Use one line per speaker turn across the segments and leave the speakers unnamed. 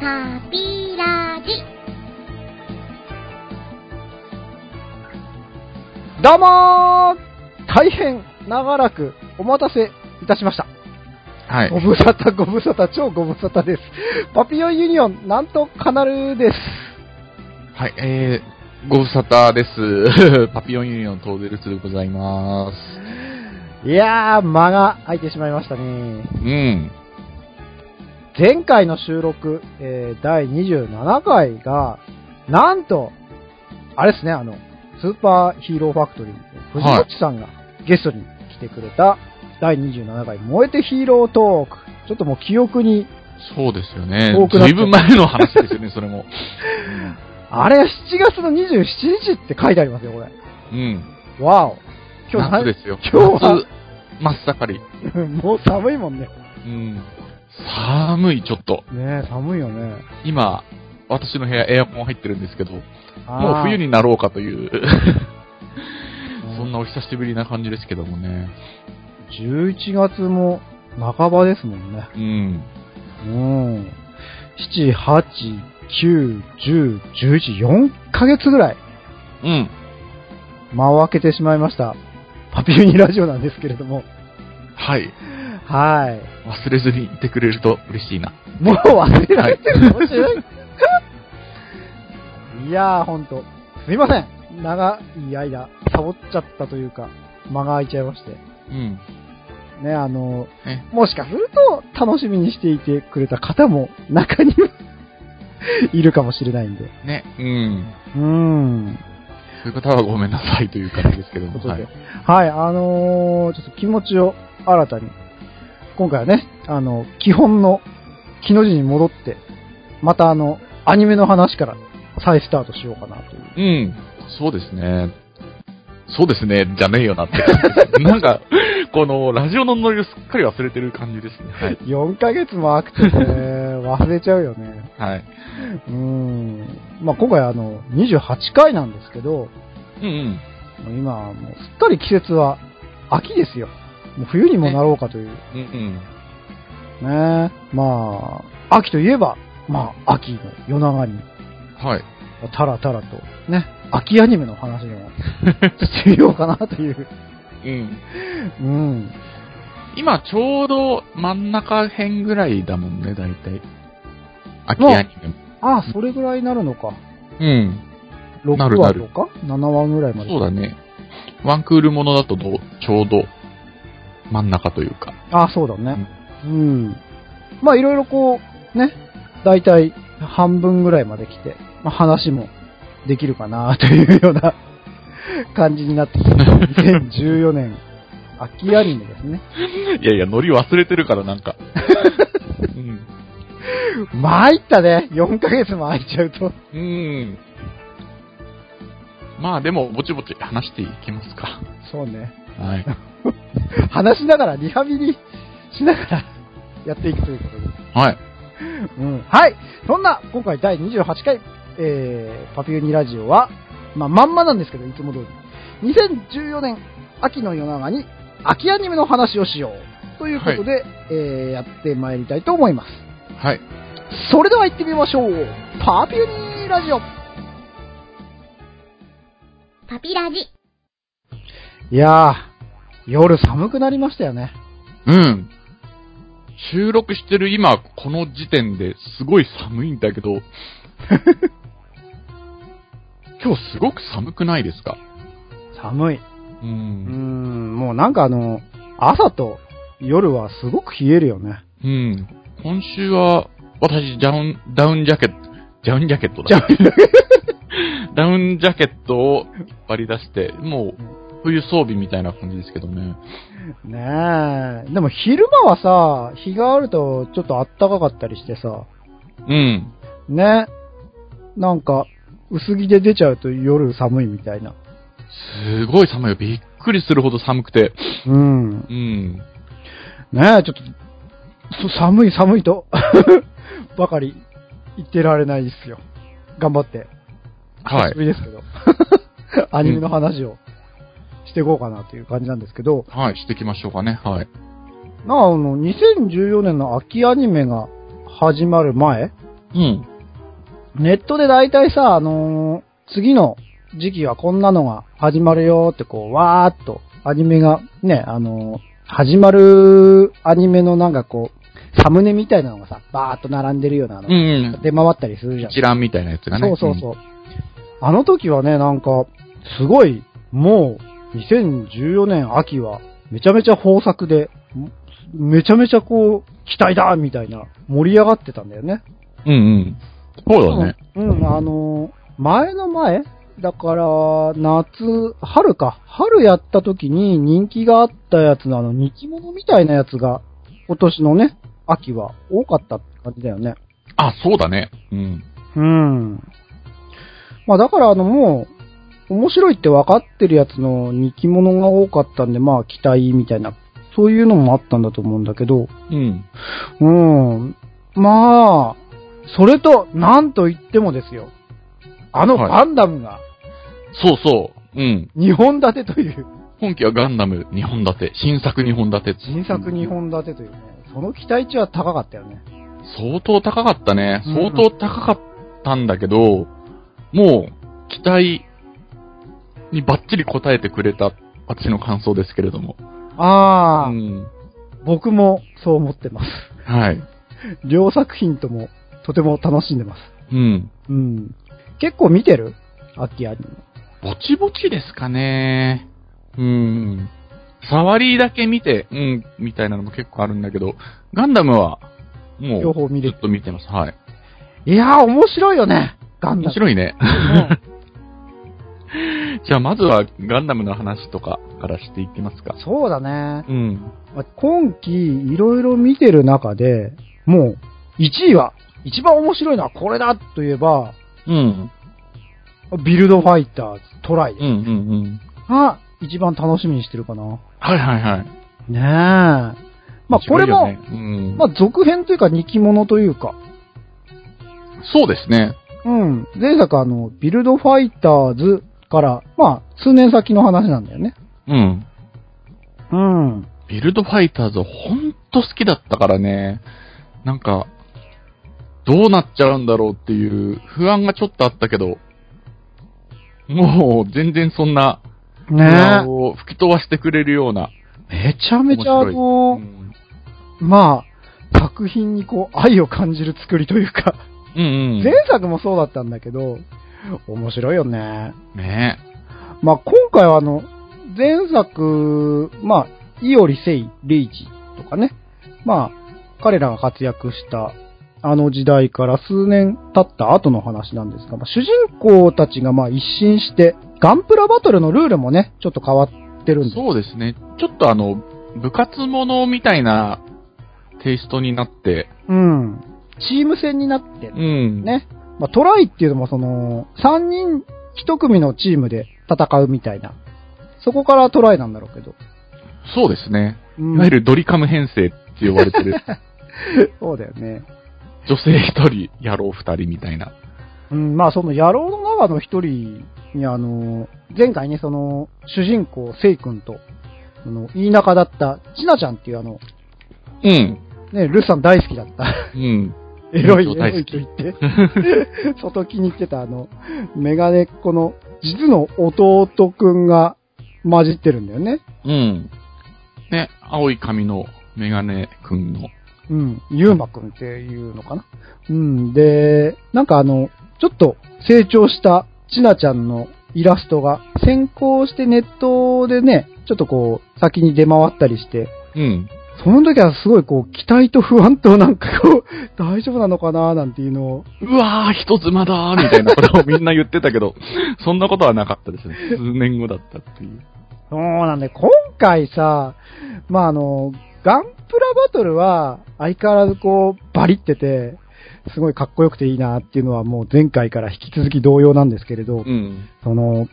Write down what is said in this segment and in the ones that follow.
ハッピーラジ。
どうもー大変長らくお待たせいたしました。
はい
ご。無沙汰、ご無沙汰、超ご無沙汰 です。パピオンユニオン、なんとカナルです。
はい、えー、ご無沙汰です。 パピオンユニオントーデルスでございます。
いやー、間が空いてしまいましたね。
うん。
前回の収録、えー、第27回が、なんと、あれですね、あの、スーパーヒーローファクトリーの藤
はい
本さんがゲストに来てくれた第27回燃えてヒーロートーク。ちょっともう記憶に、
そうですよね
遠く。なっ
ず
て
いぶん前の話ですよね、そ れも。
あれが7月の27日って書いてありますよ、これ。
うん。
わお。今日
夏ですよ。
今日は
夏真っ盛り。
なもう寒いもんね。
うん。寒い、ちょっと。
ねえ、寒いよね。
今、私の部屋エアコン入ってるんですけど、もう冬
に。
になろうか という。
ん
そんなお久しぶりな感じですけどもね。
11月も半ばですもんね。
うん。
うん。7、8、9、10、11、4ヶ月ぐらい
うん。
間を空けてしまいました。パピユニラジオなんですけれども。
はい。
はい。
忘れずにいてくれると嬉しいな。
もう忘れられてるかもしれない。い、やー、ほんと。すいません。長い間、サボっちゃったというか、間が空いちゃいまして。
うん。
ね、あの、
ね
もしかすると、楽しみにしていてくれた方も、中にはいるかもしれないんで。
ね。うん。
うーん。
そういう方はごめんなさいという感じですけど
というこ
も。
と
は
で
い。。
はい、あのーちょっと気持ちを新たに、今回はね、あの、基本の、木の字に戻って、またあの、アニメの話から再スタートしようかなという。
うん。そうですね。そうですね。じゃねえよなって。 なんか、この、ラジオのノリをすっかり忘れてる感じですね。はい。
4ヶ月も空く とね、忘れちゃうよね。
はい。
うーん。まあ、今回あの、28回なんですけど、
うんうん。
もう今はもうすっかり季節は秋ですよ。もう冬にもなろうかという。
うんうん。
ねまあ、秋といえば、まあ、秋の夜長に、
はい。
たらたらと、ね、秋アニメの話で もしてみようかなという。
うん。
うん。
今、ちょうど真ん中辺ぐらいだもんね、大体。秋
もう
アニメも。
ああ、それぐらいになるのか。
うん。
6
なるな
話
る
とか ?7 話ぐらいまで。
そうだね。ワンクールものだとどうちょうど真ん中というか。
ああ、そうだね。うん。まあ、いろいろこう、ね、だいたい半分ぐらいまで来て、まあ、話もできるかなというような 感じになってきて、2014年、 秋アニメですね。
いやいや、ノリ忘れてるからなん か。うん。
参ったね。4ヶ月も空いちゃうと。
うん。まあでも、ぼちぼち話していきますか。
そうね。
はい。
話しながら、リハビリしながらやっていくということで。
はい。
うん。はい。そんな、今回第28回、えー、パピューニラジオは、まあ、まんまなんですけど、いつも通り。2014年秋の夜長に、秋アニメの話をしよう。ということで、えー、やってまいりたいと思います。
はい。
それでは行ってみましょう。パピューニラジオ。
パピラジ。
いやー、夜寒くなりましたよね。
うん。収録してる今、この時点ですごい寒いんだけ ど、今日すごく寒くないですか
寒い。
う
うー
ん。
ん、もうなんかあの、朝と夜はすごく冷えるよね。
うん。今週は、私、ダウン、ダウンジャケット、ダウンジャケットだ。 ダウンジャケットを引っ張り出して、もう、冬装備みたいな感じですけどね。
ねえ。でも昼間はさ、日があるとちょっと暖かかったりしてさ、
うん。
ね。なんか、薄着で出ちゃうと夜寒いみたいな。
すごい寒いよ。びっくりするほど寒くて。
うん。ね
うん。
え、ちょっと、そ寒い寒いと、 ばかり言ってられないですよ。頑張って。久
は
し
い
ぶ。りですけど。 アニメの話をしていこうかなという感じなんですけど、
はい、していきましょうかね。はい。
なあ、あの、2014年の秋アニメが始まる前
うん。
ネットで大体さ、あのー次の時期はこんなのが始まるよってこう、わーっとアニメがね、あのー始まるアニメのなんかこう、サムネみたいなのがさ、バーっと並んでるようなあの、
うんうん。
出回ったりするじゃん。
一覧みたいなやつがね。
そうそうそう。あの時はね、なんか、すごい、もう、2014年秋は、めちゃめちゃ豊作で、んめちゃめちゃこう、期待だみたいな、盛り上がってたんだよね。
うん。うんうん。そうだね。
うん。うん、あのー前の前だから、夏、春か。春やった時に人気があったやつのあの、人気者みたいなやつが、今年のね、秋は多かったって感じだよね。
あ、そうだね。うん。
うん。まあだからあのもう、面白いって分かってるやつの人気者が多かったんで、まあ期待みたいな、そういうのもあったんだと思うんだけど、
うん。
うん。まあ、それと、なんと言ってもですよ。あの
はい
ガンダムが、
そうそう。うん。
2本立てという、
今期はガンダム2本立て。新作2本立て。
新作2本立てというね、その期待値は高かったよね。
相当高かったね。
うん
相当高かったんだけど、もう、期待にバッチリ応えてくれた、私の感想ですけれども。う
ああ、
ん。
僕もそう思ってます。
はい。
両作品とも、とても楽しんでます。
うん。
うん。結構見てる秋アニメ。
ぼちぼちですかね。うん。触りだけ見て、うん、みたいなのも結構あるんだけど、ガンダムは、もう、
両方見れ
ずっと見てます。はい。
いやー、面白いよね。ガンダム。
面白いね。
うん
じゃあ、まずは、ガンダムの話とかからしていきますか。
そうだね。
うん。
まあ今期、いろいろ見てる中で、もう、1位は、一番面白いのはこれだといえば、
うん。
ビルドファイターズ、トライ
うん、うん、うん。
が、一番楽しみにしてるかな。
はいはいはい。
ねえ。まあ、これも、
面白いよねうん
まあ、続編というか、二期ものというか、
そうですね。
うん。前作あの、ビルドファイターズから、まあ、数年先の話なんだよね。
うん。
うん。
ビルドファイターズ、ほんと好きだったからね。なんか、どうなっちゃうんだろうっていう不安がちょっとあったけど、もう全然そんな不
ねえ
安。を吹き飛ばしてくれるような。
めちゃめちゃあ
面う
の、
ん
まあ、作品にこう愛を感じる作りというか、
うんうん。
前作もそうだったんだけど、面白いよね。
ね
まあ今回はあの、前作、まあ、イオリ・セイ・レイジとかね、まあ、彼らが活躍したあの時代から数年経った後の話なんですが、まあ、主人公たちがまあ一新して、ガンプラバトルのルールもね、ちょっと変わってるんで。
そうですね。ちょっとあの、部活ものみたいなテイストになって、
うん。チーム戦になって
うん。
ね。まあ、トライっていうのもその、3人1組のチームで戦うみたいな。そこからトライなんだろうけど。
そうですね。
うん
いわゆるドリカム編成って呼ばれ てる。
そうだよね。
女性一人、野郎二人みたいな。
うん、まあその野郎の中の一人にあの、前回ね、その、主人公、セイ君と、その、言い仲だった、ちなちゃんっていうあの、
うん。
ね、ルスさん大好きだった。
うん。
エロい、エ
そう大
ロ
好
い
き
と言って。 外気に入ってたあの、メガネっ子の、実の弟くんが混じってるんだよね。
うん。ね、青い髪のメガネくんの。
うん、ゆうまくんっていうのかな。うん、で、なんかあの、ちょっと成長したちなちゃんのイラストが先行してネットでね、ちょっとこう、先に出回ったりして、
うん。
その時はすごいこう、期待と不安となんかこう、 大丈夫なのかななんていうのを、
うわー、人妻だーみた いなことをみんな言ってたけど、そんなことはなかったですね。数年後だったっていう。
そうなんで、今回さ、まああの、ガンプラバトルは相変わらずこう、バリってて、すごいかっこよくていいなっていうのはもう前回から引き続き同様なんですけれど、
うん。
その、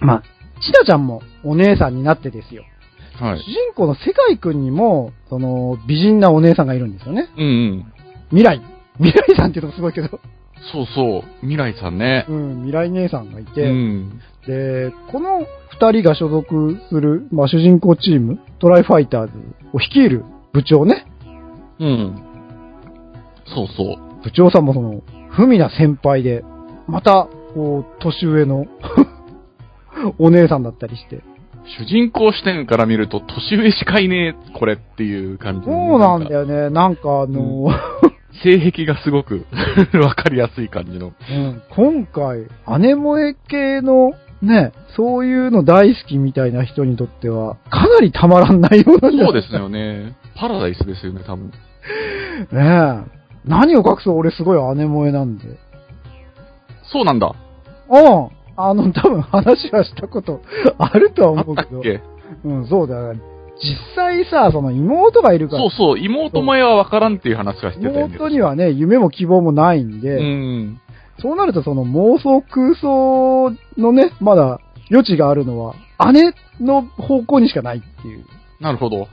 まあ、ちたちゃんもお姉さんになってですよ。
は
主
い。
人公の世界くんにも、その、美人なお姉さんがいるんですよね。
うんうん。
未来。 未来さんっていうのもすごいけど。
そうそう。未来さんね。
うん、未来姉さんがいて。
うん。
で、この二人が所属する、まあ、主人公チーム、トライファイターズを率いる部長ね。
うん。そうそう。
部長さんもその、ふみな先輩で、また、こう、年上の、 お姉さんだったりして。
主人公視点から見ると、年上しかいねえ、これっていう感じ
そ
のね、
うなんだ
か
よね。なんかあの、
性癖がすごく、 わかりやすい感じの。
うん今回、姉萌え系の、ね、そういうの大好きみたいな人にとっては、かなりたまらん内容なんじゃ
そう
ない
です よね。パラダイスですよね、多分。
ですねえ。何を隠そう俺すごい姉萌えなんで。
そうなんだ。
うん。あの、多分話はしたことあるとは
あ
思う
った
け
っ
ど。
け
うん、そうだよ。実際さ、その妹がいるから、
そうそう、妹前はわからんっていう話はしてたよね。
妹にはね、夢も希望もないんで、
うん。
そうなるとその妄想空想のね、まだ余地があるのは、姉の方向にしかないっていう。
なるほど。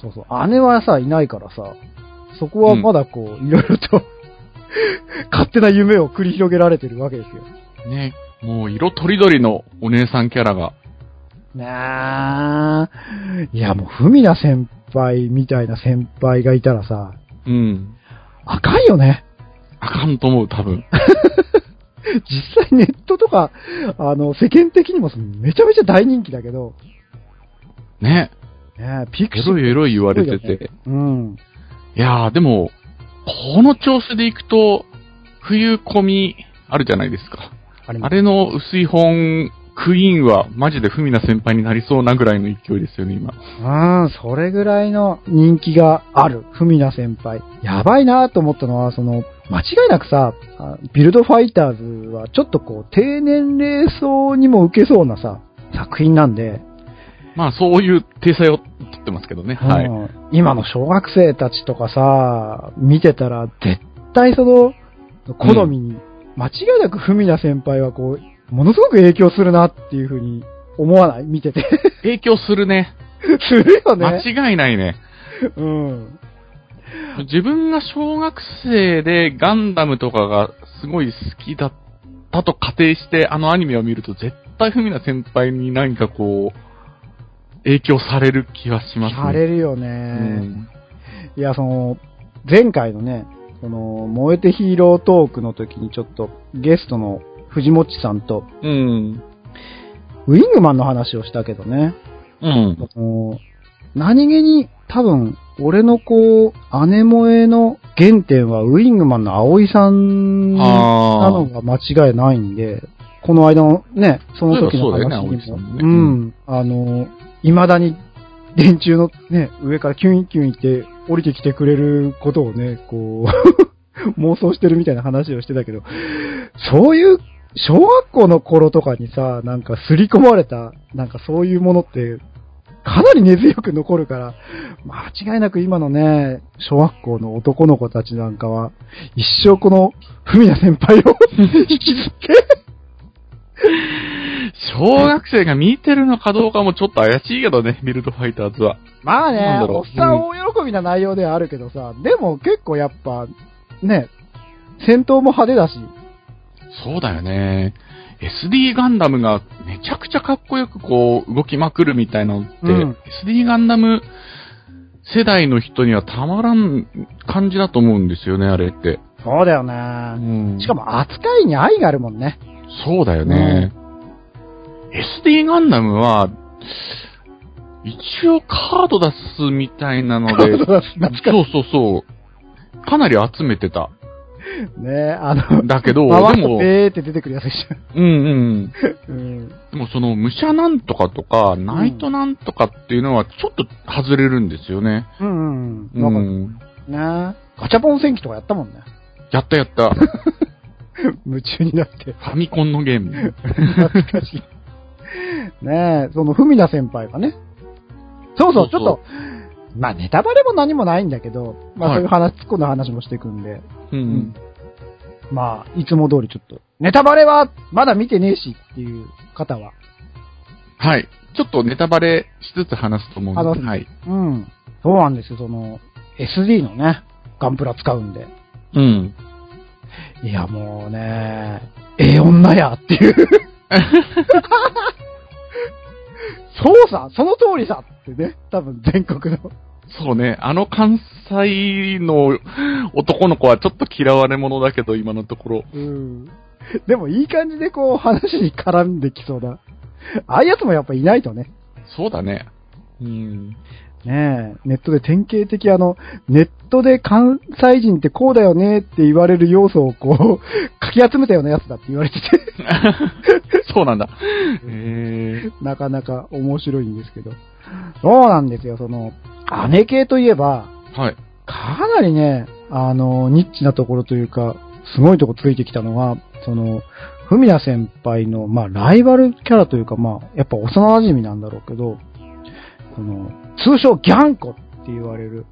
そうそう。姉はさ、いないからさ、そこはまだこう、いろいろと、 勝手な夢を繰り広げられてるわけですよ。
ね。もう色とりどりのお姉さんキャラが。
なあ。いや、もう、ふみな先輩みたいな先輩がいたらさ、
うん。
あかんよね。
あかんと思う、多分。
実際ネットとか、あの、世間的にもめちゃめちゃ大人気だけど、
ね。
ねえ、ピク
エ
シブ
ロいエロい言われてて。
うん。
いやー、でも、この調子でいくと、冬込みあるじゃないですか。
あれ
あれの薄い本、クイーンはマジでフミナ先輩になりそうなぐらいの勢いですよね、今。
うん、それぐらいの人気がある、ふみな先輩。やばいなと思ったのは、その、間違いなくさ、あビルドファイターズはちょっとこう、低年齢層にも受けそうなさ、作品なんで、
まあ、そういう体裁を取ってますけどね。は
うん
い。
今の小学生たちとかさ、見てたら、絶対その、好みに、間違いなくふみな先輩はこう、ものすごく影響するなっていうふうに思わない見てて。
影響するね。
するよ
間
ね。
違いないね。
うん。
自分が小学生でガンダムとかがすごい好きだったと仮定して、あのアニメを見ると絶対フミナ先輩に何かこう、影響される気はしますね。
されるよね。
うん
いや、その、前回のね、その、燃えてヒーロートークの時にちょっとゲストの藤もっちさんと、
うん。
ウィングマンの話をしたけどね、
うん。
その何気に多分、俺のこう、姉萌えの原点はウィングマンの葵さんな
あ
のが
あ。
間違いないんで、この間のね、その時の
そうだ
話
よね
にも、
葵さんね
うん、あの、未だに電柱のね、上からキュインキュインって降りてきてくれることをね、こう、 妄想してるみたいな話をしてたけど、そういう、小学校の頃とかにさ、なんか刷り込まれた、なんかそういうものって、かなり根強く残るから、間違いなく今のね、小学校の男の子たちなんかは、一生この、ふみな先輩を 引きずって、
小学生が見てるのかどうかもちょっと怪しいけどね、ビルドファイターズは。
まあね
なん、だろう
おっさん大喜びな内容ではあるけどさ、でも結構やっぱ、ね、戦闘も派手だし、
そうだよね。SD ガンダムがめちゃくちゃかっこよくこう動きまくるみたいなのって、
うん
SD ガンダム世代の人にはたまらん感じだと思うんですよね、あれって。
そうだよ
う
ね。
ん
しか。も扱いに愛があるもん ね。
そうだよね。SD ガンダムは、一応カード出すみたいなので、
懐か
そうそうそう。かなり集めてた。
ねあの、
だけど、
回
で
すと
も、
ペーって出てくるやつでし
うんうん。
ょ。うん。
でもその、武者なんとかとか、ナイトなんとかっていうのは、ちょっと外れるんですよね。
うんう。
うん
なんか
ん。
ねガチャポン戦記とかやったもんね。
やった やった。フ
夢中になって。
ァミコンのゲーム。
懐かしい。ねえ、その、ふみな先輩がね。そうそう、
そうそう
ちょっと、まあ、ネタバレも何もないんだけど、まあ、
はい
そういう話、突っ込んだ話もしていくんで、
うん。
まあ、いつも通りちょっと、ネタバレはまだ見てねえしっていう方は、
はい。ちょっとネタバレしつつ話すと思う
話
ん
す
で。はい。
うん、そうなんですよ、その、SD のね、ガンプラ使うんで。
うん。
いや、もうね、ええ女やっていう。そうさ、その通りさってね、多分全国の
そうね、あの関西の男の子はちょっと嫌われ者だけど、今のところ。
うん。でもいい感じでこう話に絡んできそうだ。ああいうやつもやっぱいないとね。
そうだね。うん。
ねえ、ネットで典型的あの、ネットで関西人ってこうだよねって言われる要素をこう、 かき集めたようなやつだって言われてて、
そうなんだ。えー、
なかなか面白いんですけど。そうなんですよ、その、姉系といえば、
はい。
かなりね、あの、ニッチなところというか、すごいとこついてきたのが、その、ふみな先輩の、まあ、ライバルキャラというか、まあ、やっぱ幼馴染なんだろうけど、この、通称ギャンコって言われる、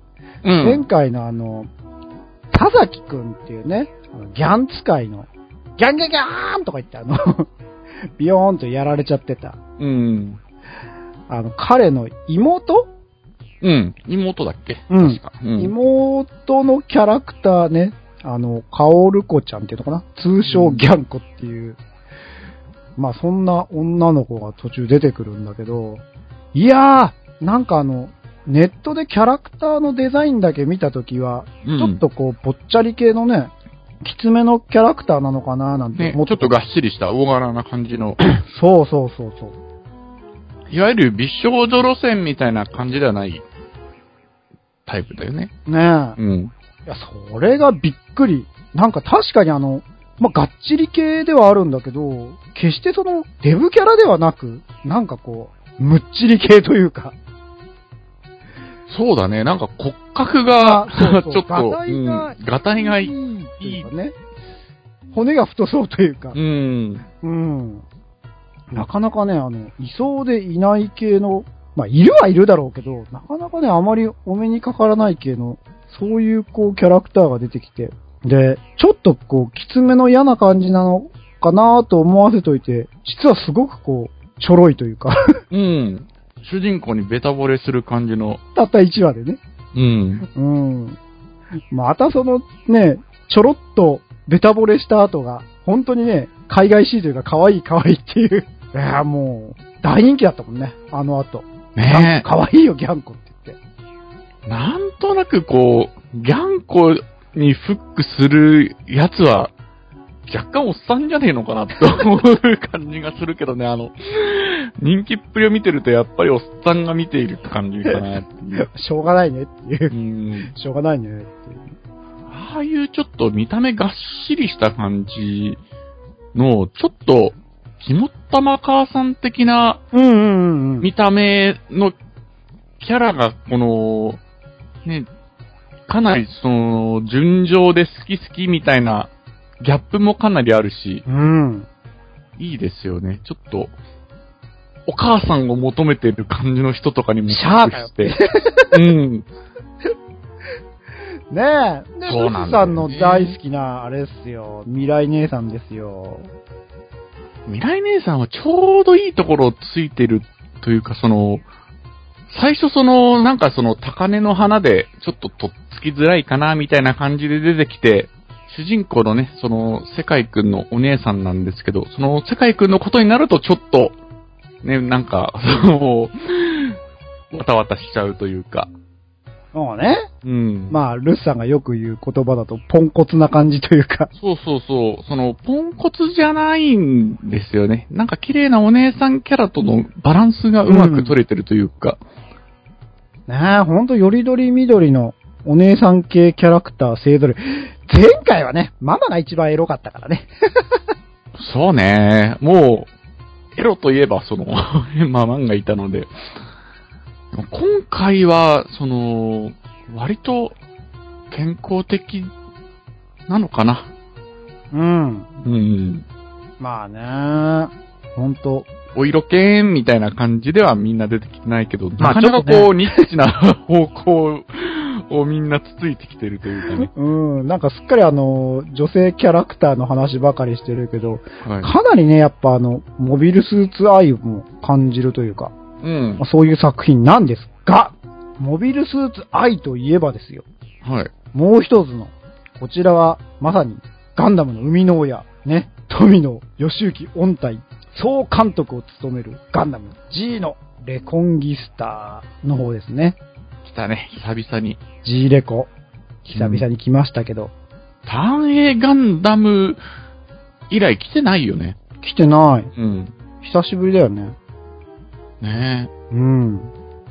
う
前
ん。
回のあの、田崎くんっていうね、あのギャン使いの、ギャンギャンギャーンとか言ってあの、 ビヨーンとやられちゃってた、
うん。
あの、彼の妹
うん。妹だっけ
うん
確か。うん。
妹のキャラクターね、あの、カオルコちゃんっていうのかな通称ギャンコっていう、まあそんな女の子が途中出てくるんだけど、いやー、なんかあの、ネットでキャラクターのデザインだけ見たときは、
う
ちょっ
ん
とこう、ぽっちゃり系のね、きつめのキャラクターなのかななんて
ね、ち
思
ょ
っ、
ってとがっしりした大柄な感じの、
そうそうそうそう。
いわゆる美少女路線みたいな感じではないタイプだよね。
ねえ。
うん。
いや、それがびっくり。なんか確かにあの、まあ、がっちり系ではあるんだけど、決してその、デブキャラではなく、なんかこう、むっちり系というか、
そうだね。なんか骨格が
あ、そうそう
ちょっと、
ガタイが
うん、ガタイがい
い
い。
いというかね。骨が太そうというか
う、ん。
うん。なかなかね、あの、いそうでいない系の、まあ、いるはいるだろうけど、なかなかね、あまりお目にかからない系の、そういう、こう、キャラクターが出てきて、で、ちょっと、こう、きつめの嫌な感じなのかなと思わせといて、実はすごく、こう、ちょろいというか、
うん。主人公にベタ惚れする感じの、
たった1話でね。
うん。
うん。またその、ね、ちょろっと、ベタ惚れした後が、本当にね、海外しいというか、可愛い可愛いっていう。 いや、もう、大人気だったもんね、あの後。
ね
かわいいよ、ギャンコって言って。
え。なんとなくこう、ギャンコにフックするやつは、若干おっさんじゃねえのかなって思う感じがするけどね、あの、人気っぷりを見てるとやっぱりおっさんが見ているって感じかなって いう。
しょうがないねっていうう。
ん。
しょうがないねっていう。
ああいうちょっと見た目がっしりした感じの、ちょっと、肝っ玉母さん的な
うんうんうん。
見た目のキャラが、この、ね、かなりその、純情で好き好きみたいな、ギャップもかなりあるし、
うん。
いいですよね。ちょっと、お母さんを求めてる感じの人とかにも
シャーだよ
して。うん。
ねえ。で、
そう
ブ
なん
ス
だ
さ
よね
んの大好きな、あれっすよ。未来姉さんですよ。
未来姉さんはちょうどいいところをついてるというか、その、最初その、なんかその、高根の花で、ちょっととっつきづらいかな、みたいな感じで出てきて、主人公のね、その、世界くんのお姉さんなんですけど、その、世界くんのことになると、ちょっと、ね、なんか、その、わたわたしちゃうというか、
もうね。
うん。
まあ、ルスさんがよく言う言葉だと、ポンコツな感じというか。
そうそうそう。その、ポンコツじゃないんですよね。なんか綺麗なお姉さんキャラとのバランスがうまく取れてるというか。
ねえ、ほんと、よりどりみどりの、お姉さん系キャラクター勢ぞろい。前回はね、ママが一番エロかったからね。
そうね。もう、エロといえばその、 ママンがいたので。でも今回は、その、割と健康的なのかな。
うん。
うん。
まあねほんと。
お色気みたいな感じではみんな出てきてないけど、
ま
な
あ
かなか
ちょっ
こう、ニッチな方向をみんなつついてきてるというかね。
うん、なんかすっかりあの、女性キャラクターの話ばかりしてるけど、
はい
かなりね、やっぱあの、モビルスーツ愛も感じるというか、
うん
まあ。そういう作品なんですが、モビルスーツ愛といえばですよ、
はい。
もう一つの、こちらはまさにガンダムの生みの親、ね、富野義行音体総監督を務めるガンダム G のレコンギスターの方ですね。
来たね、久々に。
G レコ、久々に来ましたけど、
ターン A ガンダム以来来てないよね。
来てない。
うん。
久しぶりだよね。
ね
うん。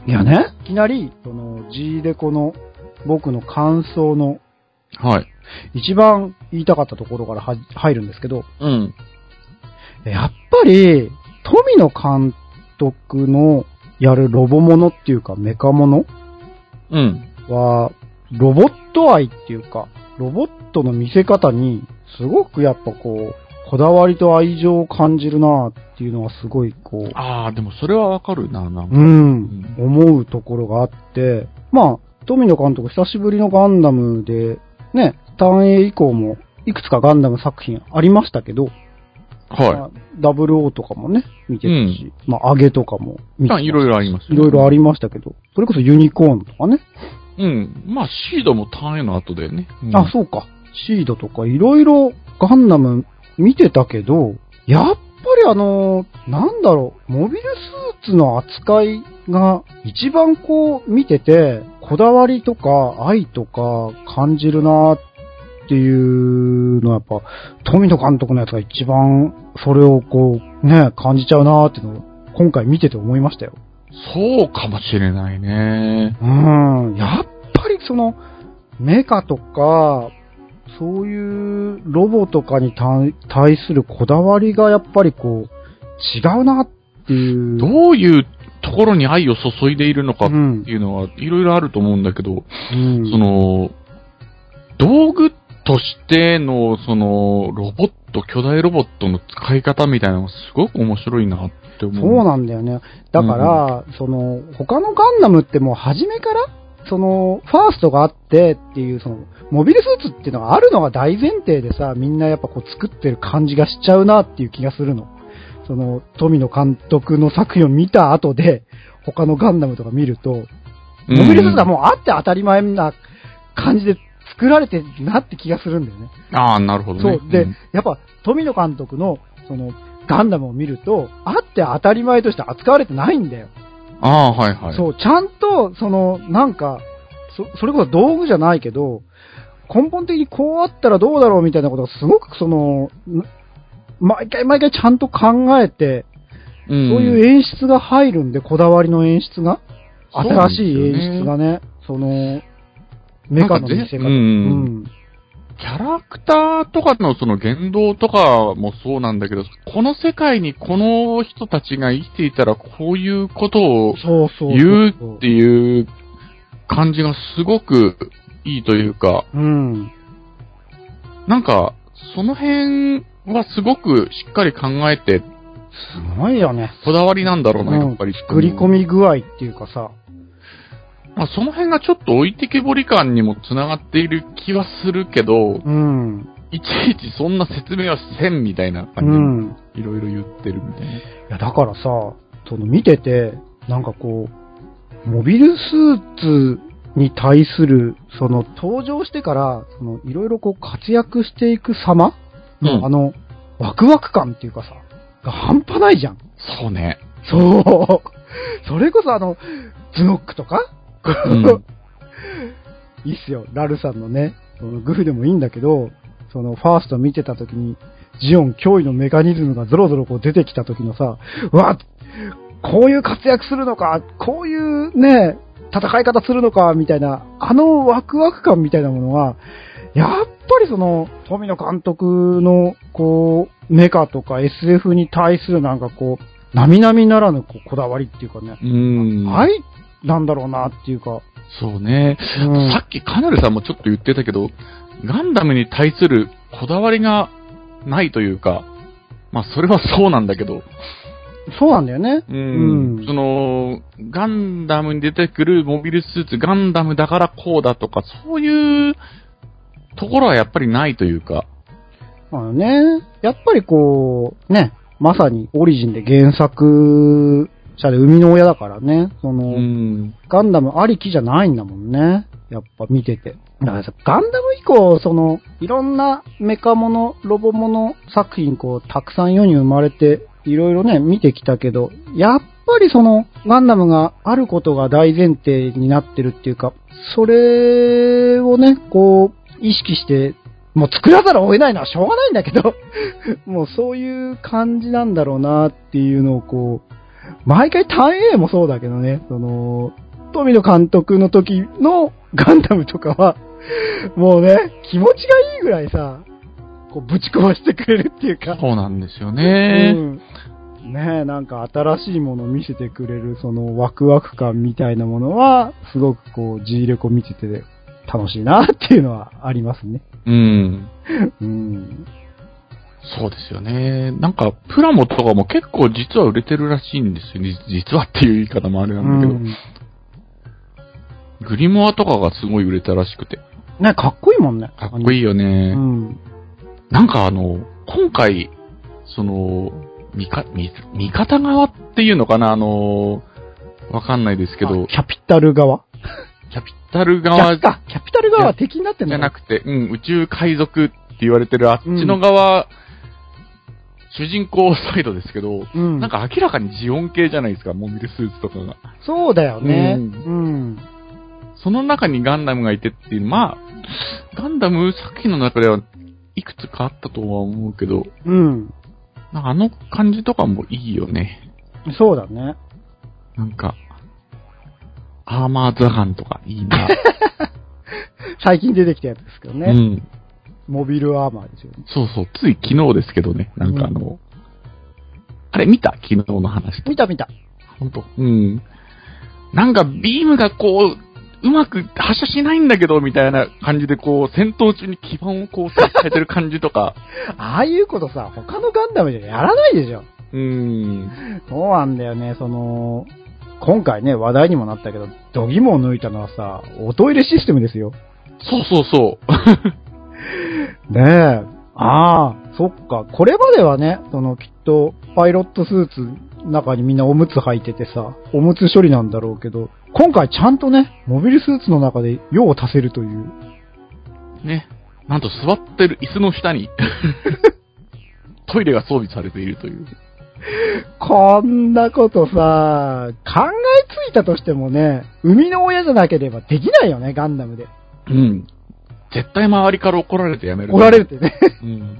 いやね、いきなり、その、G レコの僕の感想の
え。はい。
一番言いたかったところからは入るんですけど、
うん。
やっぱり、富野監督のやるロボものっていうかメカもの
うん。
は、ロボット愛っていうか、ロボットの見せ方に、すごくやっぱこう、こだわりと愛情を感じるなっていうのはすごいこう、
ああ、でもそれはわかるな、なん
う
か。
ん、思うところがあって、まあ、富野監督久しぶりのガンダムで、ね、ターン A 以降も、いくつかガンダム作品ありましたけど、まあ、
は
00とかもね、見てたし、まあ、アゲとかも
い。
見てたし
いろいろあります
いろいろあ
り
りましたけど、それこそユニコーンとかね、
うん。まあ、シードもターン A の後だよね。うん
あ、そうか。シードとかいろいろガンダム見てたけど、やっぱりあのーなんだろう、モビルスーツの扱いが一番こう見てて、こだわりとか愛とか感じるなっていうのはやっぱ、富野監督のやつが一番それをこうね、感じちゃうなっていうのを今回見てて思いましたよ。
そうかもしれないね。
うん、やっぱりその、メカとか、そういうロボとかに対対するこだわりがやっぱりこう、違うなっていう。
どういうところに愛を注いでいるのかっ
うん
ていうのは、いろいろあると思うんだけど、
うん
その、道具としての、その、ロボット、巨大ロボットの使い方みたいなのがすごく面白いなって思う。
そうなんだよね。だから、その、他のガンダムってもう初めから、その、ファーストがあってっていう、その、モビルスーツっていうのがあるのが大前提でさ、みんなやっぱこう作ってる感じがしちゃうなっていう気がするの。その、富野監督の作品を見た後で、他のガンダムとか見ると、
うん
モビルスーツがもうあって当たり前な感じで作られてるなって気がするんだよね。
ああ、なるほどね。
そう。で、
ん
やっぱ、富野監督の、その、ガンダムを見ると、あって当たり前として扱われてないんだよ。
ああ、はいはい。
そう、ちゃんと、その、なんか、そ、それこそ道具じゃないけど、根本的にこうあったらどうだろうみたいなことがすごくその、ん毎回毎回ちゃんと考えて、
う
そうんいう演出が入るんで、こだわりの演出が。
そうな
新
んです
し
よ
い
ね
演出がね、その、メカの見せ
なん
方。
かぜう
うんん。
キャラクターとかのその言動とかもそうなんだけど、この世界にこの人たちが生きていたらこういうことを
そうそうそうそう。
言うっていう感じがすごくいいというか、
うん。
なんか、その辺はすごくしっかり考えて、
すごいよね。
こだわりなんだろうな、やっぱり。
作り込み具合っていうかさ。
まあ、その辺がちょっと置いてけぼり感にもつながっている気はするけど、
うん。
いちいちそんな説明はせんみたいな
う
感
ん。
じ。いろいろ言ってるみたいな。
いや、だからさ、その見てて、なんかこう、モビルスーツに対する、その登場してから、そのいろいろこう活躍していく様、
うん
あの、ワクワク感っていうかさ、が半端ないじゃん。
そうね。
そう。 それこそあの、ズノックとか、
ん
いいっすよ。ラルさんのね、そのグフでもいいんだけど、そのファースト見てた時に、ジオン脅威のメカニズムがゾロゾロこう出てきた時のさ、うわこういう活躍するのか、こういうね、戦い方するのか、みたいな、あのワクワク感みたいなものは、やっぱりその、富野監督の、こう、メカとか SF に対するなんかこう、並々ならぬこうこだわりっていうかね、
うん。い
愛なんだろうなっていうか、
そうね。
うん
さっきカナルさんもちょっと言ってたけど、ガンダムに対するこだわりがないというか、まあそれはそうなんだけど、
そうなんだよね。
うん
うん
その、ガンダムに出てくるモビルスーツ、ガンダムだからこうだとか、そういうところはやっぱりないというか、
あのね、やっぱりこう、ね、まさにオリジンで原作者で生みの親だからね、その、
うん。
ガンダムありきじゃないんだもんね。やっぱ見てて。だからさ、ガンダム以降、その、いろんなメカもの、ロボもの作品、こう、たくさん世に生まれていろいろね、見てきたけど、やっぱりその、ガンダムがあることが大前提になってるっていうか、それをね、こう、意識して、もう作らざるを得ないのはしょうがないんだけど、 もうそういう感じなんだろうなっていうのをこう、毎回単影もそうだけどね、その、富野監督の時のガンダムとかは、もうね、気持ちがいいぐらいさ、こうぶち壊してくれるっていうか。
そうなんですよね。
うん、ねえ、なんか新しいものを見せてくれる、そのワクワク感みたいなものは、すごくこう、G 力を見てて楽しいなっていうのはありますね。
うん。
うん。
そうですよね。なんか、プラモとかも結構実は売れてるらしいんですよね。実はっていう言い方もあれ
う
なんだけど。
ん
グリモアとかがすごい売れたらしくて。
ねかっこいいもんね。
かっこいいよ
い
ね。
うん。
なんかあの、今回、その、味方、味味方側っていうのかなあの、わかんないですけど
あ、キャピタル側
キャピタル
キ
側
ャ
じゃ
か。キャピタル側は敵になってんだ
なくて、うん、宇宙海賊って言われてるあっちの側、主人公サイドですけど、
うん。
なんか明らかにジオン系じゃないですか、モビルスーツとかが。
そうだよね。う
うん
ん。
その中にガンダムがいてっていう、まあ、ガンダム作品の中ではいくつかあったとは思うけど、
うん。
なんかあの感じとかもいいよね。
そうだね。
なんか、アーマーザガンとかいい な。
最近出てきたやつですけど
う
ね。
ん。
モビルアーマーですよね。
そうそう、つい昨日ですけどね、なんかあの、あれ見た昨日の話と
見。た見た。
本当うん。なんかビームがこう、うまく発射しないんだけど、みたいな感じで、こう、戦闘中に基盤をこう、支えてる感じとか。
ああいうことさ、他のガンダムじゃやらないでしょ。
うん。
そうなんだよね、その、今回ね、話題にもなったけど、度肝を抜いたのはさ、おトイレシステムですよ。
そうそうそう。
ねえ。ああ、そっか。これまではね、そのきっと、パイロットスーツの中にみんなおむつ履いててさ、おむつ処理なんだろうけど、今回ちゃんとね、モビルスーツの中で用を足せるという。
ね。なんと座ってる椅子の下に、 トイレが装備されているという。
こんなことさ、考えついたとしてもね、生みの親じゃなければできないよね、ガンダムで。
うん。絶対周りから怒られてやめる。
おられるっ。てね。
うん。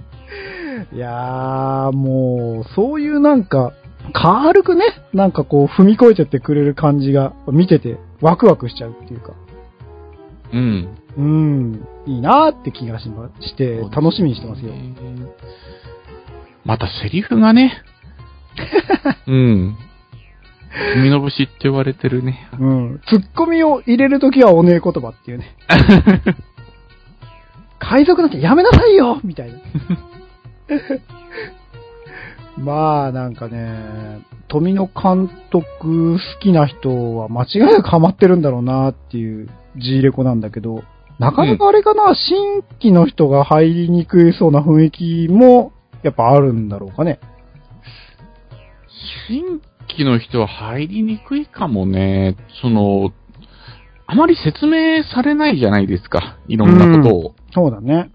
いやー、もう、そういうなんか、軽くね、なんかこう、踏み越えてってくれる感じが、見てて、ワクワクしちゃうっていうか、
うん。
うん、いいなーって気がしまして、楽しみにしてますよ。。
またセリフ がね。うん。君の節って言われてるね。
うん、ツッコミを入れるときはおねえ言葉っていうね。海賊なんてやめなさいよみたいな。 まあ、なんかね、富野監督好きな人は間違いなくハマってるんだろうなっていう G レコなんだけど、なかなかあれかな、新規の人が入りにくいそうな雰囲気も、やっぱあるんだろうかね。
新規の人は入りにくいかもね。その、あまり説明されないじゃないですか。いろんなことを。
そうだね。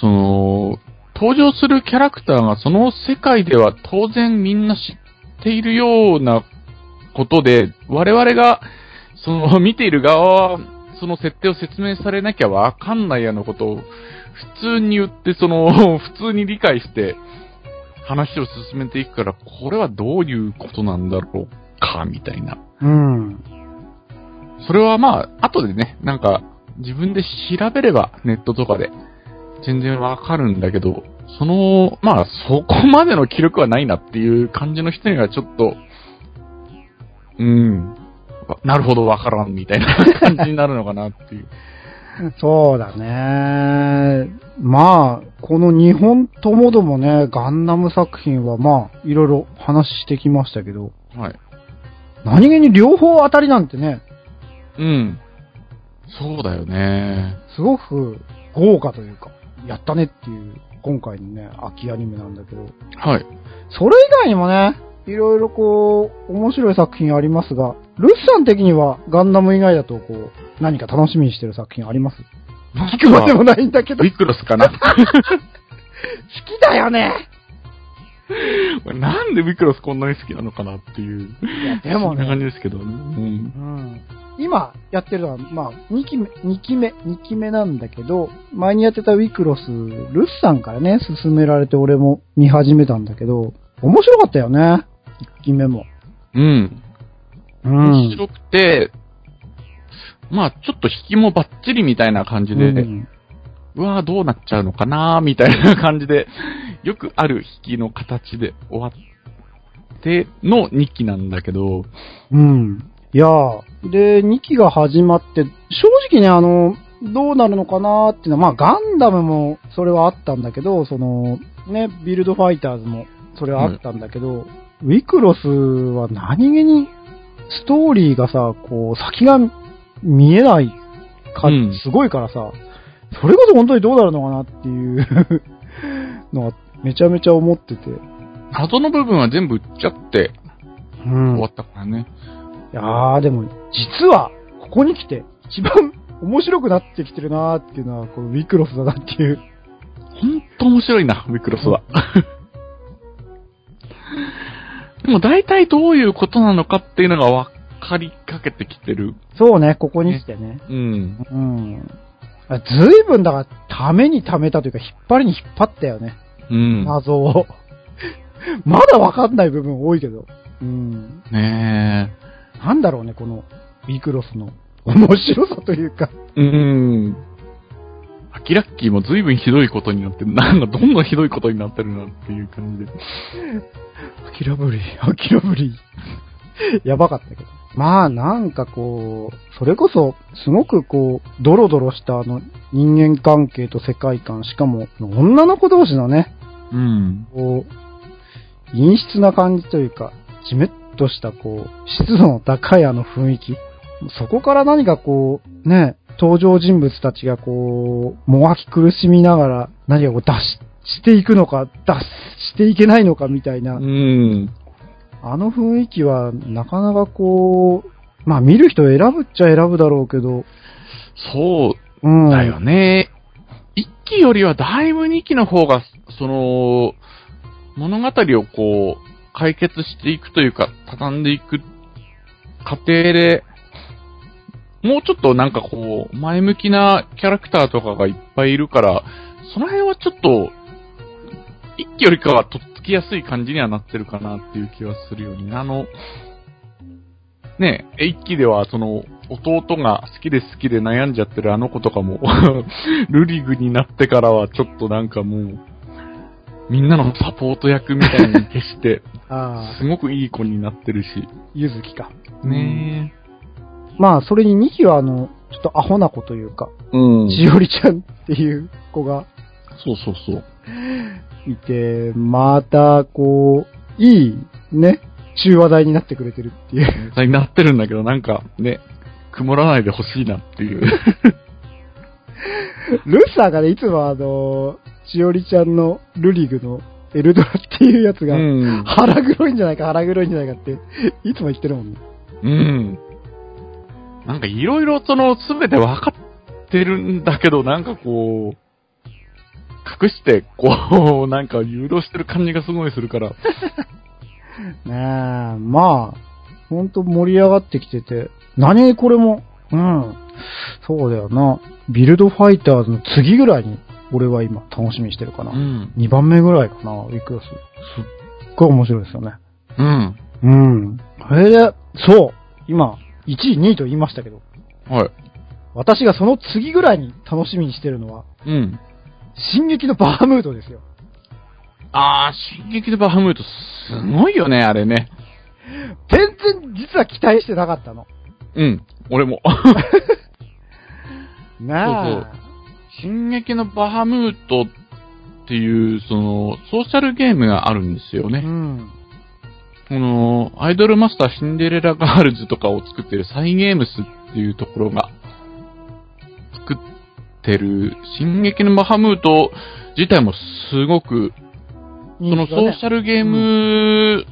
その、登場するキャラクターがその世界では当然みんな知っているようなことで、我々が、その、見ている側は、その設定を説明されなきゃわかんないやのことを、普通に言って、その、 普通に理解して、話を進めていくから、これはどういうことなんだろうか、みたいな。
うん。
それはまあ、後でね、なんか、自分で調べれば、ネットとかで、全然わかるんだけど、その、まあ、そこまでの記録はないなっていう感じの人にはちょっと、うん、わなるほどわからんみたいな感じになるのかなっていう。
そうだね。まあ、この2本ともどもね、ガンダム作品はまあ、いろいろ話してきましたけど、
はい。
何気に両方当たりなんてね、
うん。そうだよね。
すごく豪華というか、やったねっていう、今回のね、秋アニメなんだけど、
はい。
それ以外にもね、いろいろこう、面白い作品ありますが、ルスさん的にはガンダム以外だとこう、何か楽しみにしてる作品あります 聞
聞
くまでもないんだけど、
ウ
好
ィクロスかな
きだよね
なんでウィクロスこんなに好きなのかなっていう。
でも
そんな
ね、
感じですけど。うん
う。ん、今やってるのは、まあ、2期目、2期目、2期目なんだけど、前にやってたウィクロス、ルッさんからね、勧められて俺も見始めたんだけど、面白かったよね。1期目も。
うん。
う
面
ん。
白くて、まあ、ちょっと引きもバッチリみたいな感じで、
うん
うわーどうなっちゃうのかなーみたいな感じで、よくある引きの形で終わっての2期なんだけど、
うん。いやーで、2期が始まって、正直ね、あの、どうなるのかなーっていうのは、まあ、ガンダムもそれはあったんだけど、その、ね、ビルドファイターズもそれはあったんだけど、ウィクロスは何気に、ストーリーがさ、こう、先が見えないか、
うん
すごいからさ、それこそ本当にどうなるのかなっていう のは、めちゃめちゃ思ってて。
謎の部分は全部売っちゃって
うん
終わったからね。
いやー、でも、実は、ここに来て、一番面白くなってきてるなーっていうのは、このウィクロスだなっていう。
ほんと面白いな、ウィクロスは。 でも大体どういうことなのかっていうのが分かりかけてきてる。
そうね、ここに来てね。
うん。
うん。あずいぶんだから、ためにためたというか、引っ張りに引っ張ったよね。
うん。
謎を。 まだわかんない部分多いけど。うん。
ね
なんだろうね、この、ウィクロスの面白さというか。
え。うん。アキラッキーも随分ひどいことになってる。なんかどんどんひどいことになってるなっていう感じで。
アキラブリー、ア キラブリー。やばかったけど。まあなんかこう、それこそ、すごくこう、ドロドロしたあの人間関係と世界観、しかも女の子同士のね、
うん。
こう、陰湿な感じというか、じめっとしたこう、湿度の高いあの雰囲気。そこから何かこう、ね、登場人物たちがこう、もがき苦しみながら、何かこう脱していくのか、脱していけないのかみたいな、
うん。
あの雰囲気は、なかなかこう、まあ見る人選ぶっちゃ選ぶだろうけど、
そう
うん。
だよね。一期よりはだいぶ二期の方が、その、物語をこう、解決していくというか、畳んでいく過程で、もうちょっとなんかこう、前向きなキャラクターとかがいっぱいいるから、その辺はちょっと、一期よりかはとっつきやすい感じにはなってるかなっていう気はするよね。あの、ねえ、一期では、その、弟が好きで好きで悩んじゃってるあの子とかも、 ルリグになってからはちょっとなんかもう、みんなのサポート役みたいに消 して、
ああ、
すごくいい子になってるし。
ゆずきか。
ね
まあ、それに2期はあの、ちょっとアホな子というか、
え。うん
しおりちゃんっていう子が
そうそうそう。
いて、また、こう、いい、ね、中話題になってくれてるっていう。
になってるんだけど、なんかね、曇らないでほしいなっていう。
ルッサーがね、いつもあの、しおりちゃんのルリグのエルドラっていうやつが、
ん
腹黒いんじゃないか、腹黒いんじゃないかって、いつも言ってるもんね。
うん。なんかいろいろその、すべてわかってるんだけど、なんかこう、隠して、こう、 なんか誘導してる感じがすごいするから。
ねえ、まあ、ほんと盛り上がってきてて、何これも、うん、そうだよな。ビルドファイターズの次ぐらいに、俺は今楽しみにしてるかな。
ん。
2番目ぐらいかな、ウィクロス。すっごい面白いですよね。
うん。
うん。それで、そう今、1位、2位と言いましたけど、
はい。
私がその次ぐらいに楽しみにしてるのは、
うん。
進撃のバームートですよ。
あー、進撃のバハムート、すごいよね、あれね。
全然実は期待してなかったの。
うん。俺 も。
なあ。
進撃のバハムートっていう、その、ソーシャルゲームがあるんですよね。
うん。
この、アイドルマスターシンデレラガールズとかを作ってるサイゲームスっていうところが、作ってる、進撃のバハムート自体もすごく、
そ
そのソーシャルゲーム、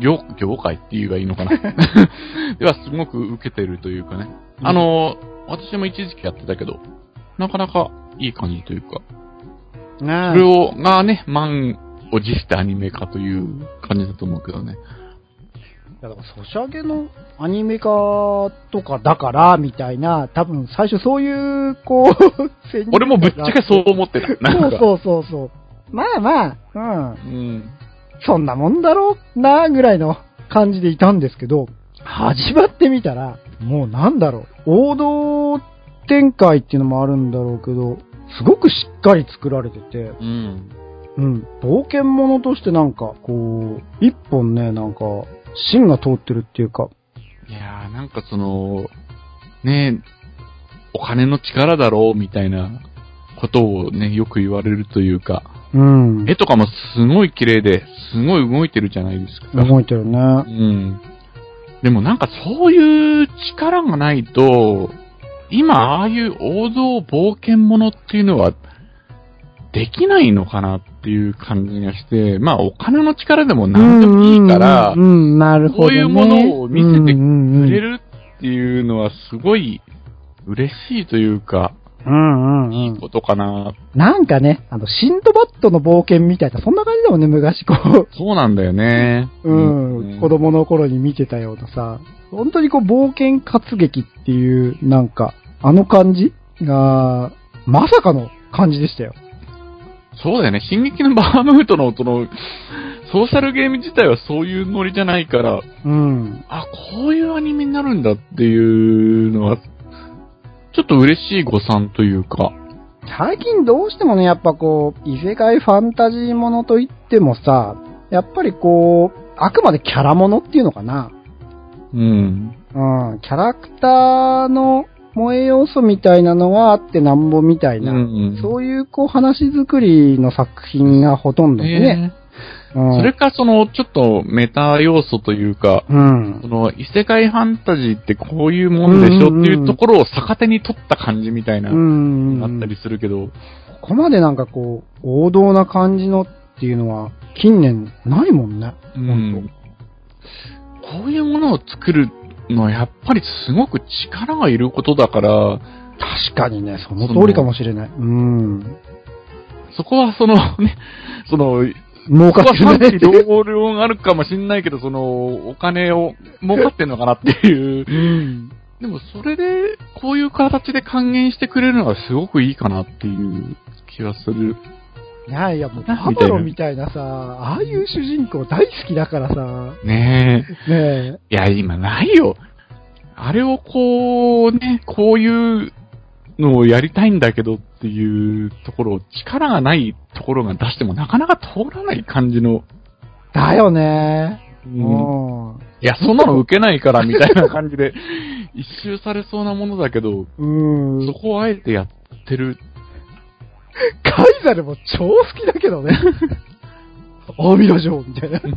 業、業界って言えばいいのか なではすごく受けてるというかね。あの、私も一時期やってたけど、なかなかいい感じというか、
ね
それを、がね、漫を辞してアニメ化という感じだと思うけどね。
やだからソシャゲのアニメ化とかだからみたいな、多分最初そういう、 こう、戦略
俺もぶっちゃけ そう思ってた。なんか。
そうそうそうそう。まあまあ、うん。
うん。
そんなもんだろうな、ぐらいの感じでいたんですけど、始まってみたら、もうなんだろう。王道展開っていうのもあるんだろうけど、すごくしっかり作られてて、
うん。
うん、冒険者としてなんか、こう、一本ね、なんか、芯が通ってるっていうか、
いやー、なんかその、ねえ、お金の力だろうみたいなことをね、よく言われるというか、
うん。
絵とかもすごい綺麗で、すごい動いてるじゃないですか。
動いてるね
う。ん。でもなんかそういう力がないと、今ああいう王道冒険者っていうのは、できないのかなっていう感じがして、まあお金の力でも何でもいいから
うん、うんうんうん、なるほど、ね。
こういうものを見せて
く
売れるっていうのはすごい嬉しいというか、
うんうん
い
うん
い。ことかな。
なんかね、あの、シンドバッドの冒険みたいな、そんな感じだもんね、昔こう、
そうなんだよね。
うん、子供の頃に見てたようなさ、本当にこう、冒険活劇っていう、なんか、あの感じが、まさかの感じでしたよ。
そうだよね。進撃のバームートのその、ソーシャルゲーム自体はそういうノリじゃないから、
うん。
あ、こういうアニメになるんだっていうのは、ちょっと嬉しい誤算というか。
最近どうしてもね、やっぱこう、異世界ファンタジーものといってもさ、やっぱりこう、あくまでキャラものっていうのかな。
うん。
うん、キャラクターの萌え要素みたいなのがあってなんぼみたいな。
うん
そういうこう話作りの作品がほとんどでね。
ね。それかその、ちょっとメタ要素というか、
うん。
その異世界ファンタジーってこういうもんでしょっていうところを逆手に取った感じみたいな、
う
あっ
ん。
たりするけど、
ここまでなんかこう、王道な感じのっていうのは、近年ないもんね。
うんこういうものを作るのはやっぱりすごく力がいることだから、
確かにね、その通りかもしれない。うん。
そこはそのね、その、
儲
そ
か
こ
って
は賛否
るね。
両論があるかもしれないけど、その、お金を儲かってんのかなっていう
う。ん。
でもそれで、こういう形で還元してくれるのがすごくいいかなっていう気がする。
いやいや、もうパブロみたいなさ、ああいう主人公大好きだからさ、
ねえ。
ねえ。
いや、今ないよ。あれをこう、ね、こういうのをやりたいんだけどっていうところを力がないところが出してもなかなか通らない感じの、
だよね。
うん
うん。
いや、そんなの受けないからみたい な感じで、一周されそうなものだけど、
うん
そ。こをあえてやってる。
カイザルも超好きだけど ね。大見ろ城み たいな。ね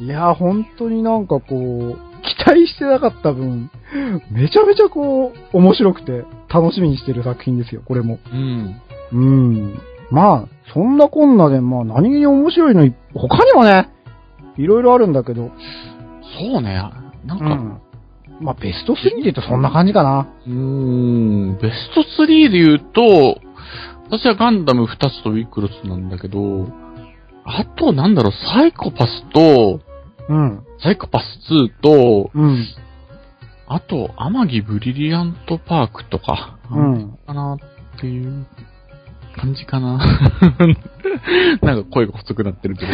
え。いや、本当になんかこう、期待してなかった分、めちゃめちゃこう、面白くて、楽しみにしてる作品ですよ、これも。
うん。
うん。まあ、そんなこんなで、まあ、何気に面白いのい、他にもね、いろいろあるんだけど、
そうね。なん
う
か、
ん。まあ、ベスト3で言うとそんな感じかな。
うーん、ベスト3で言うと、私はガンダム2つとウィクロスなんだけど、あとなんだろう、サイコパスと、
うん。
サイコパス2と、
うん。
あと、アマギブリリアントパークとか、
うん。
かなっていう感じ かな。なんか声が細くなってるけど。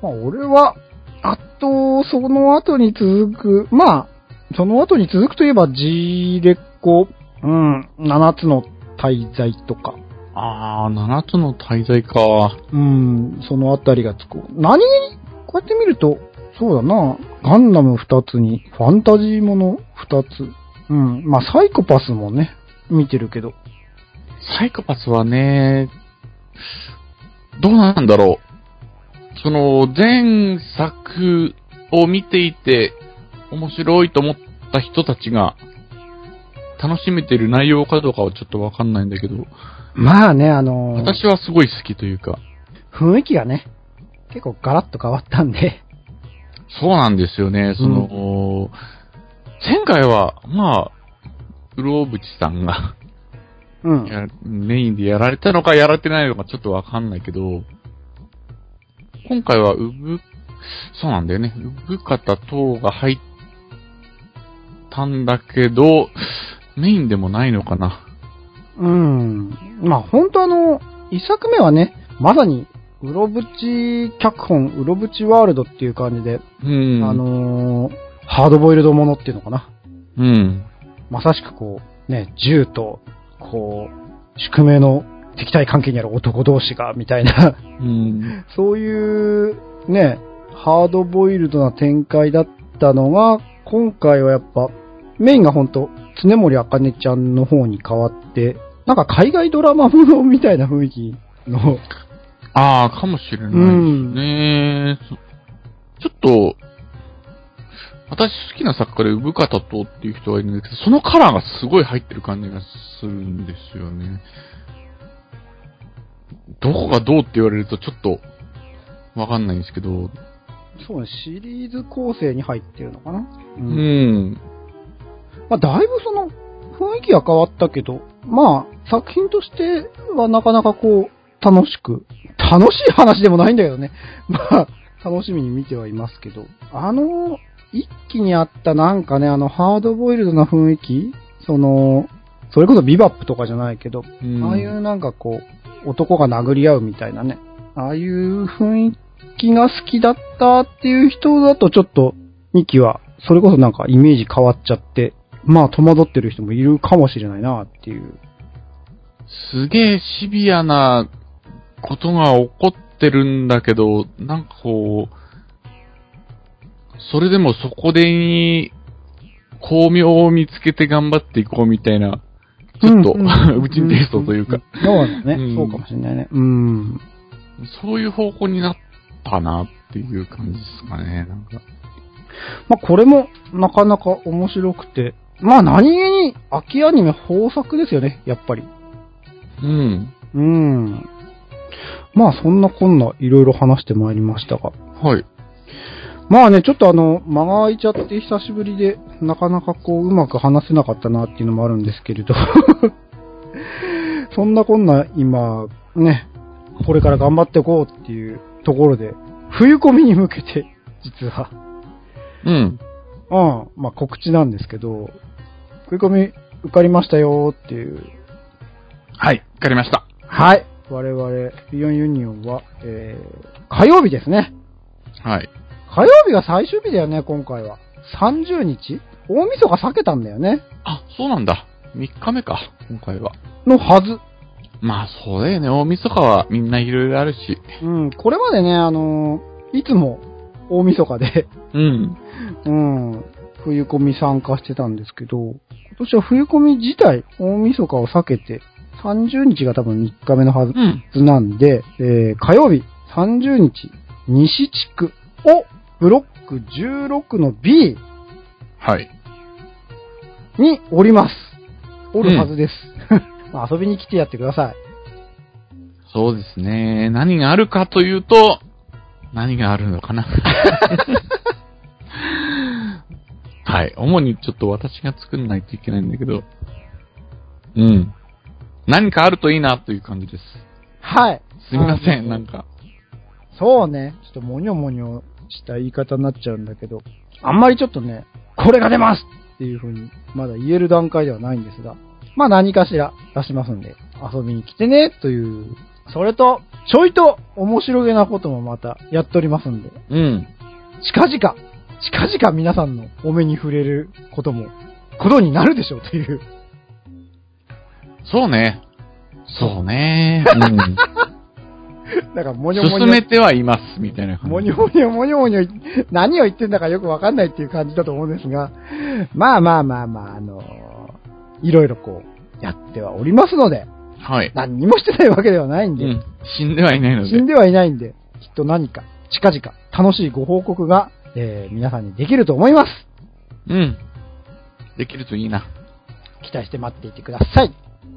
まあ、俺は、あと、その後に続く、まあ、その後に続くといえば、G レッコ、うん、7つの滞在とか、
あー、7つの滞在か。
うん、そのあたりがつく。何気に、こうやって見ると、そうだな、ガンダム2つに、ファンタジーもの2つ、うん、まあ、サイコパスもね、見てるけど、
サイコパスはね、どうなんだろう。その、前作を見ていて、面白いと思った人たちが、楽しめてる内容かどうかはちょっとわかんないんだけど、
まあね、あのー
私はすごい好きというか、
雰囲気がね、結構ガラッと変わったんで、
そうなんですよね、そ の、前回は、まあ、うろぶちさんが
うん。
やメインでやられたのかやられてないのかちょっとわかんないけど、今回はうぶ、そうなんだよね。うぶ方等が入ったんだけど、メインでもないのかな。
うん。まあ、本当あの、一作目はね、まさに、うろぶち脚本、うろぶちワールドっていう感じで、
うん。
あ、のーハードボイルドものっていうのかな。
うん。
まさしくこう、ね、銃と、こう、宿命の敵対関係にある男同士が、みたいな、
うん。
そういう、ね、ハードボイルドな展開だったのが、今回はやっぱ、メインがほんと、常森茜ちゃんの方に変わって、なんか海外ドラマものみたいな雰囲気の、
ああ、かもしれないですね。そちょっと、私好きな作家で、産方とっていう人がいるんですけど、そのカラーがすごい入ってる感じがするんですよね。どこがどうって言われるとちょっと、わかんないんですけど、
そうね、シリーズ構成に入ってるのかな。う
う。ん。
まあ、だいぶその、雰囲気が変わったけど、まあ、作品としてはなかなかこう、楽しく、楽しい話でもないんだけどね。 まあ、楽しみに見てはいますけど、あの、一気にあったなんかね、あの、ハードボイルドな雰囲気その、それこそビバップとかじゃないけど、
うん
ああいうなんかこう、男が殴り合うみたいなね、ああいう雰囲気が好きだったっていう人だとちょっと、2期は、それこそなんかイメージ変わっちゃって、まあ戸惑ってる人もいるかもしれないなっていう。
すげえシビアなことが起こってるんだけど、なんかこう、それでもそこでに、巧妙を見つけて頑張っていこうみたいな、ちょっと、
う
うん
うん
ちにテイストというか、
そうだね、
うん
そうかもしれないね。うん。
そういう方向になったなっていう感じですかね、なんか。
まあこれもなかなか面白くて、まあ何気に秋アニメ豊作ですよね、やっぱり。
うん。
うん。まあそんなこんないろいろ話してまいりましたが。
はい。
まあね、ちょっとあの、間が空いちゃって久しぶりで、なかなかこう、うまく話せなかったなっていうのもあるんですけれど。 そんなこんな、今、ね、これから頑張っていこうっていうところで、冬コミに向けて、実は、
うん。
うん、まあ告知なんですけど、冬コミ受かりましたよっていう
はい、わかりました。
はい。我々、ビヨンユニオンは、えー、火曜日ですね。
はい。
火曜日が最終日だよね、今回は。30日大晦日避けたんだよね。
あ、そうなんだ。3日目か、今回は。
のはず。
まあ、そうだよね。大晦日はみんないろいろあるし。
うん、これまでね、あのーいつも大晦日で、
うん。
うん、冬コミ参加してたんですけど、今年は冬コミ自体、大晦日を避けて、30日が多分3日目のはず
うん。
なんで、えー火曜日30日、西地区をブロック16の B
はい。
におります。おるはずです。 まあ遊びに来てやってください。
そうですね。何があるかというと、何があるのかな。 はい。主にちょっと私が作んないといけないんだけど。うん。何かあるといいなという感じです。
はい。
すみません、
あ
な
の
んか。
そうね。ちょっともにょもにょした言い方になっちゃうんだけど、あんまりちょっとね、これが出ますっていう風に、まだ言える段階ではないんですが、まあ何かしら出しますんで、遊びに来てね、という。それと、ちょいと面白げなこともまたやっておりますんで、
うん。
近々、近々皆さんのお目に触れることも、ことになるでしょうという。
そうね。そうね。 うん。
だから、もにょもにょ。
進めてはいます、みたいな感じ。
もにょもにょもにょもにょ、何を言ってんだかよくわかんないっていう感じだと思うんですが、まあまあまあまあ、あのいろいろこう、やってはおりますので、
はい。
何にもしてないわけではないん
う
で、
ん。死んではいないので。
死んではいないんで、きっと何か、近々、楽しいご報告が、えー皆さんにできると思います。
うん。できるといいな。
期待して待っていてください。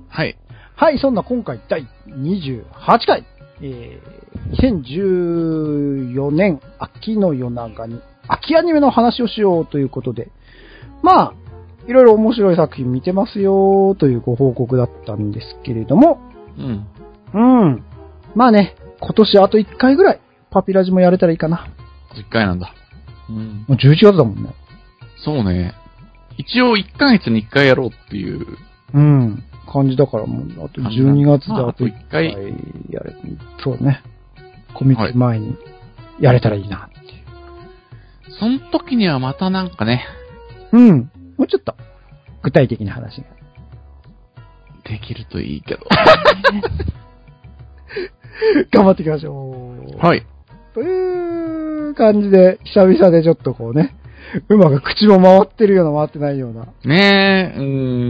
はい。
はい、そんな今回第28回、えー、2014年秋の夜長に秋アニメの話をしようということで、まあ、いろいろ面白い作品見てますよというご報告だったんですけれども、
うん。
うん。まあね、今年あと1回ぐらい、パピラジもやれたらいいかな。
10回なんだ。うん。
もう11月だもんね。
そうね。一応1ヶ月に1回やろうっていう。
うん。感じだからもう、あと12月で
まあ
あと1回
あと
やれ、そうね。コミック前にやれたらいいな。
その時にはまたなんかね、
うん。もうちょっと、具体的な話が。
できるといい けど。
頑張っていきましょう。
はい。
という感じで、久々でちょっとこうね、馬が口も回ってるような回ってないような。ね
ねえ、う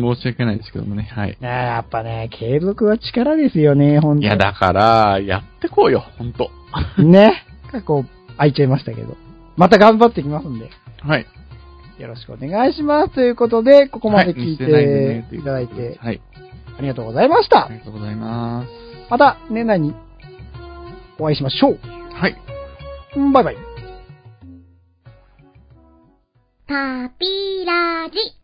ん、申し訳ないですけどもね。はい。
え、やっぱね、継続は力ですよね、本当に
いや、だから、やってこうよ、ほんと。
ね。なんかこう、開いちゃいましたけど。また頑張っていきますんで。
はい。
よろしくお願いします。ということで、ここまで
は
聞い
見せなで
て
ねと
いうただい
ことで
て、
はい。
ありがとうございまし
あ
た。
りがとうございます。
また、年内にお会いしましょ
はい。
う。バイバイ。
パピラジ。